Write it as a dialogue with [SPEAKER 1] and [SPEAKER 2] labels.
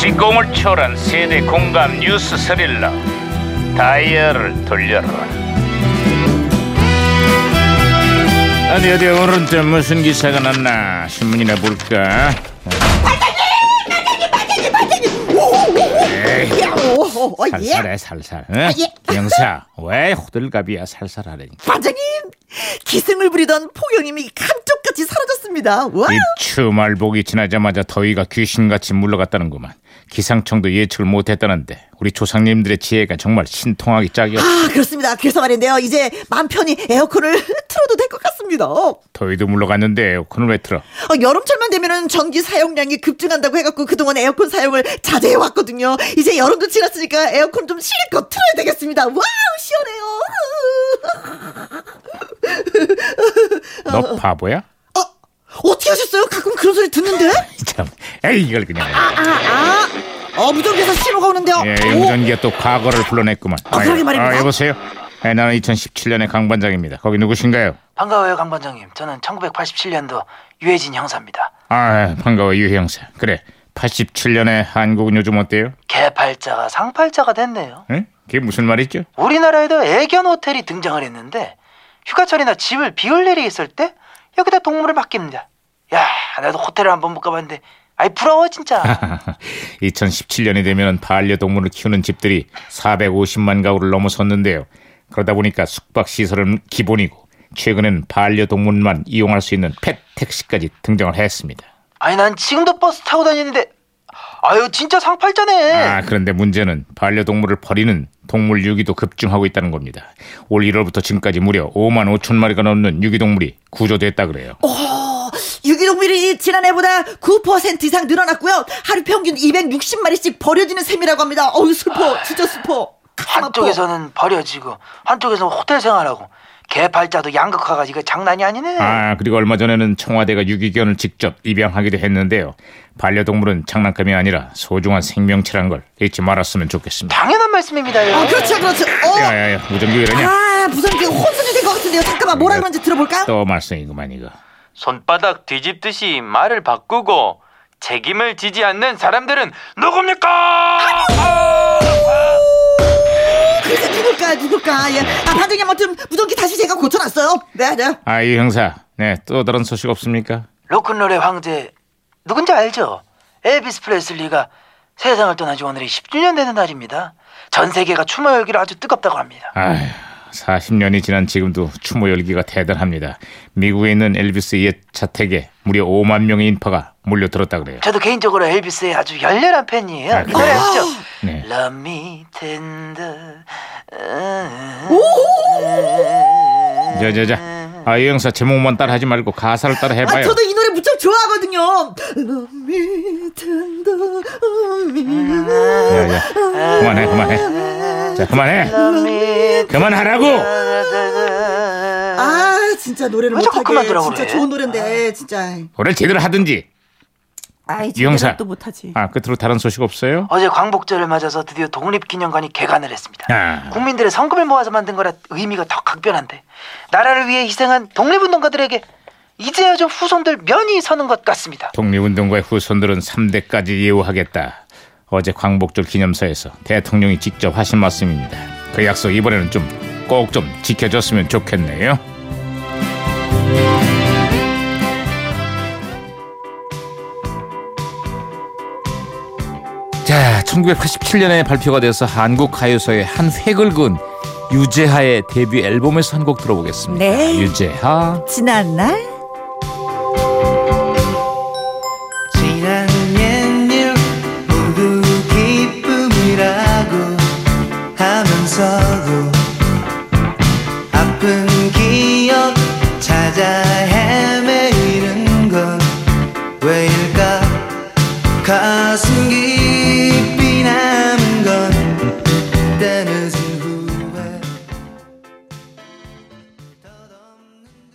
[SPEAKER 1] 시공을 초월한 세대 공감 뉴스 스릴러 다이얼을 돌려라 어디 어디 오늘은 또 무슨 기사가 났나 신문이나 볼까
[SPEAKER 2] 야오, 어, 예.
[SPEAKER 1] 살살해 살살 응?
[SPEAKER 2] 예.
[SPEAKER 1] 영사 왜 호들갑이야 살살하려니
[SPEAKER 2] 반장님 기승을 부리던 포경님이 감쪽같이 사라졌습니다. 와,
[SPEAKER 1] 입추 말복이 지나자마자 더위가 귀신같이 물러갔다는구만 기상청도 예측을 못했다는데 우리 조상님들의 지혜가 정말 신통하기 짝이야
[SPEAKER 2] 아 그렇습니다. 그래서 말인데요, 이제 맘 편히 에어컨을 틀어도 될 것 같습니다. 어,
[SPEAKER 1] 더위도 물러갔는데 에어컨을 왜 틀어
[SPEAKER 2] 여름철만 되면은 전기 사용량이 급증한다고 해갖고 그동안 에어컨 사용을 자제해 왔거든요. 이제 여름도 지났으니까 에어컨 좀 실컷 틀어야 되겠습니다. 와우 시원해요.
[SPEAKER 1] 너 바보야?
[SPEAKER 2] 어 어떻게 하셨어요? 가끔 그런 소리 듣는데?
[SPEAKER 1] 참, 에이 이걸 그냥.
[SPEAKER 2] 아아 어, 무전기에서 신호가 오는데요.
[SPEAKER 1] 예,
[SPEAKER 2] 오.
[SPEAKER 1] 용전기가 또 과거를 불러냈구만.
[SPEAKER 2] 아, 그러게 말입니다.
[SPEAKER 1] 아, 여보세요. 예, 나는 2017년의 강 반장입니다. 거기 누구신가요?
[SPEAKER 3] 반가워요 강 반장님 저는 1987년도 유해진 형사입니다
[SPEAKER 1] 아, 반가워 유 형사. 그래, 87년의 한국은 요즘 어때요?
[SPEAKER 3] 개팔자가 상팔자가 됐네요
[SPEAKER 1] 응? 그게 무슨 말이죠?
[SPEAKER 3] 우리나라에도 애견 호텔이 등장을 했는데 휴가철이나 집을 비울 일이 있을 때 여기다 동물을 맡깁니다 야 나도 호텔을 한번 못 가봤는데 아이 부러워 진짜
[SPEAKER 1] 2017년이 되면 반려동물을 키우는 집들이 450만 가구를 넘어섰는데요. 그러다 보니까 숙박 시설은 기본이고 최근엔 반려동물만 이용할 수 있는 펫 택시까지 등장을 했습니다.
[SPEAKER 3] 아니 난 지금도 버스 타고 다니는데 아유 진짜
[SPEAKER 1] 아,
[SPEAKER 3] 상팔자네
[SPEAKER 1] 그런데 문제는 반려동물을 버리는 동물 유기도 급증하고 있다는 겁니다. 올 1월부터 지금까지 무려 5만 5천 마리가 넘는 유기동물이 구조됐다 그래요.
[SPEAKER 2] 어, 유기동물이 지난해보다 9% 이상 늘어났고요. 하루 평균 260마리씩 버려지는 셈이라고 합니다. 어우 슬퍼, 진짜 슬퍼. 가슴 아파.
[SPEAKER 3] 한쪽에서는 버려지고 한쪽에서는 호텔 생활하고 개팔자도 양극화가 이거 장난이 아니네
[SPEAKER 1] 아, 그리고 얼마 전에는 청와대가 유기견을 직접 입양하기도 했는데요. 반려동물은 장난감이 아니라 소중한 생명체란 걸 잊지 말았으면 좋겠습니다.
[SPEAKER 3] 당연한 말씀입니다 예.
[SPEAKER 2] 아, 그렇죠, 그렇죠. 어,
[SPEAKER 1] 야야야, 무전기 왜 이러냐?
[SPEAKER 2] 아, 무전기 혼선이 된 것 같은데요. 잠깐만, 뭐라 그런지 들어볼까요?
[SPEAKER 1] 또 말썽이구만 이거.
[SPEAKER 3] 손바닥 뒤집듯이 말을 바꾸고 책임을 지지 않는 사람들은 누굽니까?
[SPEAKER 2] 그래서 누굴까, 누굴까. 예. 아, 반장님, 아무튼 무전기 다시 제가 고쳐놨어요. 네, 네.
[SPEAKER 1] 아, 이 형사, 네, 또 다른 소식 없습니까?
[SPEAKER 3] 로큰롤의 황제 누군지 알죠? 엘비스 프레슬리가 세상을 떠난 지 오늘이 10주년 되는 날입니다. 전 세계가 추모 열기로 아주 뜨겁다고 합니다.
[SPEAKER 1] 아휴, 40년이 지난 지금도 추모 열기가 대단합니다. 미국에 있는 엘비스 옛 자택에 무려 5만 명의 인파가 몰려들었다 그래요.
[SPEAKER 3] 저도 개인적으로 엘비스의 아주 열렬한 팬이에요.
[SPEAKER 1] 아,
[SPEAKER 3] 이 노래
[SPEAKER 1] 그래요?
[SPEAKER 3] 아시죠?
[SPEAKER 1] 네.
[SPEAKER 3] Love me tender.
[SPEAKER 1] 자자자, 아, 이 형사 제목만 따라하지 말고 가사를
[SPEAKER 2] 아,
[SPEAKER 1] 따라해봐요.
[SPEAKER 2] 저도 이 노래 무척 좋아하거든요. Love me tender, love me.
[SPEAKER 1] 야, 야. 그만해, 그만해. 자, 그만해.
[SPEAKER 3] Love me
[SPEAKER 1] 그만하라고.
[SPEAKER 3] tender.
[SPEAKER 2] 아, 진짜 노래를
[SPEAKER 3] 왜 자꾸
[SPEAKER 2] 못하게.
[SPEAKER 3] 그만두라고
[SPEAKER 2] 진짜
[SPEAKER 3] 그래?
[SPEAKER 2] 좋은 노래인데, 진짜.
[SPEAKER 1] 오늘 제대로 하든지.
[SPEAKER 2] 아이,
[SPEAKER 1] 이 형사.
[SPEAKER 2] 또 못하지.
[SPEAKER 1] 아, 끝으로 다른 소식 없어요?
[SPEAKER 3] 어제 광복절을 맞아서 드디어 독립기념관이 개관을 했습니다.
[SPEAKER 1] 아.
[SPEAKER 3] 국민들의 성금을 모아서 만든 거라 의미가 더 각별한데 나라를 위해 희생한 독립운동가들에게 이제야 좀 후손들 면이 서는 것 같습니다.
[SPEAKER 1] 독립운동가의 후손들은 3대까지 예우하겠다. 어제 광복절 기념사에서 대통령이 직접 하신 말씀입니다. 그 약속 이번에는 좀 꼭 좀 지켜줬으면 좋겠네요.
[SPEAKER 4] 자, 1987년에 발표가 돼서 한국 가요사의 한 획을 그은 유재하의 데뷔 앨범에서 한 곡 들어보겠습니다.
[SPEAKER 2] 네.
[SPEAKER 4] 유재하.
[SPEAKER 2] 지난 날
[SPEAKER 5] 지난 옛일 모두 기쁨이라고 하면서도 아픈 기억 찾아 헤매이는 건 왜일까 가슴 깊이